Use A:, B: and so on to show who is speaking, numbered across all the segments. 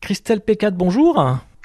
A: Christelle Pécade, bonjour.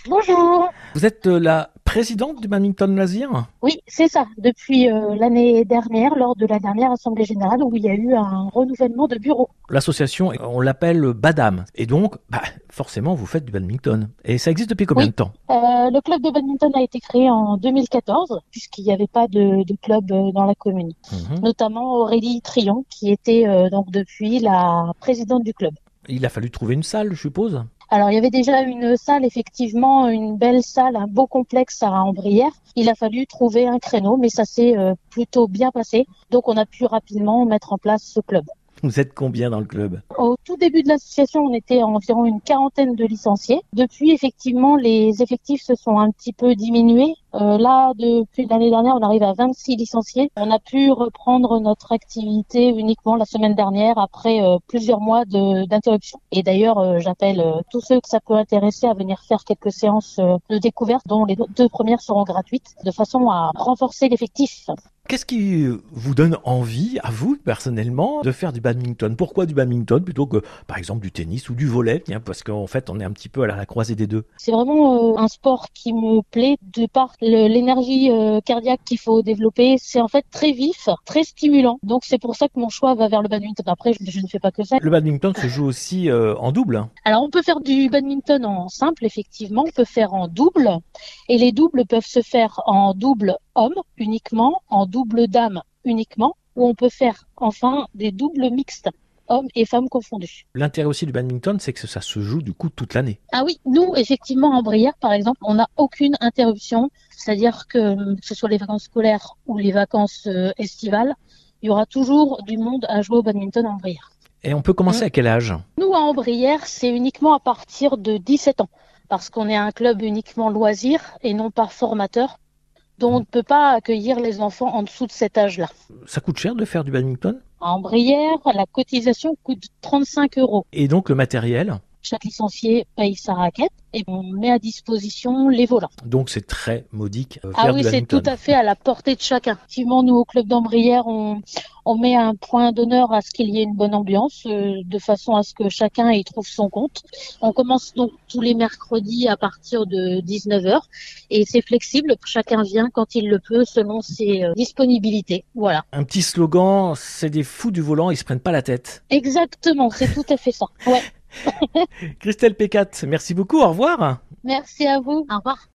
B: Bonjour.
A: Vous êtes euh, la présidente du Badminton Loisir
B: Oui, c'est ça. Depuis euh, l'année dernière, lors de la dernière Assemblée Générale, où il y a eu un renouvellement de bureau.
A: L'association, euh, on l'appelle Badam. Et donc, bah, forcément, vous faites du badminton. Et ça existe depuis combien
B: Oui.
A: de temps
B: Euh, le club de badminton a été créé en 2014, puisqu'il n'y avait pas de, de club euh, dans la commune.
A: Mhm.
B: Notamment Aurélie Trion, qui était euh, donc depuis la présidente du club.
A: Il a fallu trouver une salle, je suppose.
B: Alors, il y avait déjà une salle, effectivement, une belle salle, un beau complexe à Ambrières. Il a fallu trouver un créneau, mais ça s'est euh, plutôt bien passé. Donc, on a pu rapidement mettre en place ce club.
A: Vous êtes combien dans le club
B: Au tout début de l'association, on était à environ une quarantaine de licenciés. Depuis, effectivement, les effectifs se sont un petit peu diminués. Euh, là, depuis l'année dernière, on arrive à 26 licenciés. On a pu reprendre notre activité uniquement la semaine dernière après euh, plusieurs mois de- d'interruption. Et d'ailleurs, euh, j'appelle euh, tous ceux que ça peut intéresser à venir faire quelques séances euh, de découverte dont les deux premières seront gratuites de façon à renforcer l'effectif.
A: Qu'est-ce qui euh, vous donne envie, à vous personnellement, de faire du badminton Pourquoi du badminton plutôt que, par exemple, du tennis ou du volley Tiens, Parce qu'en fait, on est un petit peu à la croisée des deux.
B: C'est vraiment euh, un sport qui me plaît de par le- l'énergie euh, cardiaque qu'il faut développer. C'est en fait très vif, très stimulant. Donc c'est pour ça que mon choix va vers le badminton. Après, je, je ne fais pas que ça.
A: Le badminton se joue aussi euh, en double. hein.
B: Alors on peut faire du badminton en simple, effectivement. On peut faire en double. Et les doubles peuvent se faire en double homme uniquement, en double dame uniquement, ou on peut faire enfin des doubles mixtes, hommes et femmes confondus.
A: L'intérêt aussi du badminton, c'est que ça se joue du coup toute l'année.
B: Ah oui, nous, effectivement, en Brière, par exemple, on n'a aucune interruption. C'est-à-dire que hum, ce soit les vacances scolaires ou les vacances euh, estivales, il y aura toujours du monde à jouer au badminton en Brière.
A: Et on peut commencer
B: Mm.
A: à quel âge
B: Nous, à Ambrières, c'est uniquement à partir de 17 ans, parce qu'on est un club uniquement loisir et non pas formateur, dont on ne peut pas accueillir les enfants en dessous de cet âge-là.
A: Ça coûte cher de faire du badminton
B: À Ambrières, la cotisation coûte 35 euros.
A: Et donc le matériel,
B: Chaque licencié paye sa raquette et on met à disposition les volants.
A: donc c'est très modique. euh,
B: Ah
A: faire
B: oui,
A: du
B: c'est
A: badminton.
B: tout à fait à la portée de chacun. Effectivement, nous, au Club d'Ambrières, on, on met un point d'honneur à ce qu'il y ait une bonne ambiance, euh, de façon à ce que chacun y trouve son compte. On commence donc tous les mercredis à partir de 19h et c'est flexible. Chacun vient quand il le peut selon ses euh, disponibilités. Voilà.
A: Un petit slogan, c'est des fous du volant, ils se prennent pas la tête.
B: Exactement, c'est tout à fait ça. Ouais.
A: Christelle Pécate, merci beaucoup, au revoir.
B: Merci à vous. Au revoir.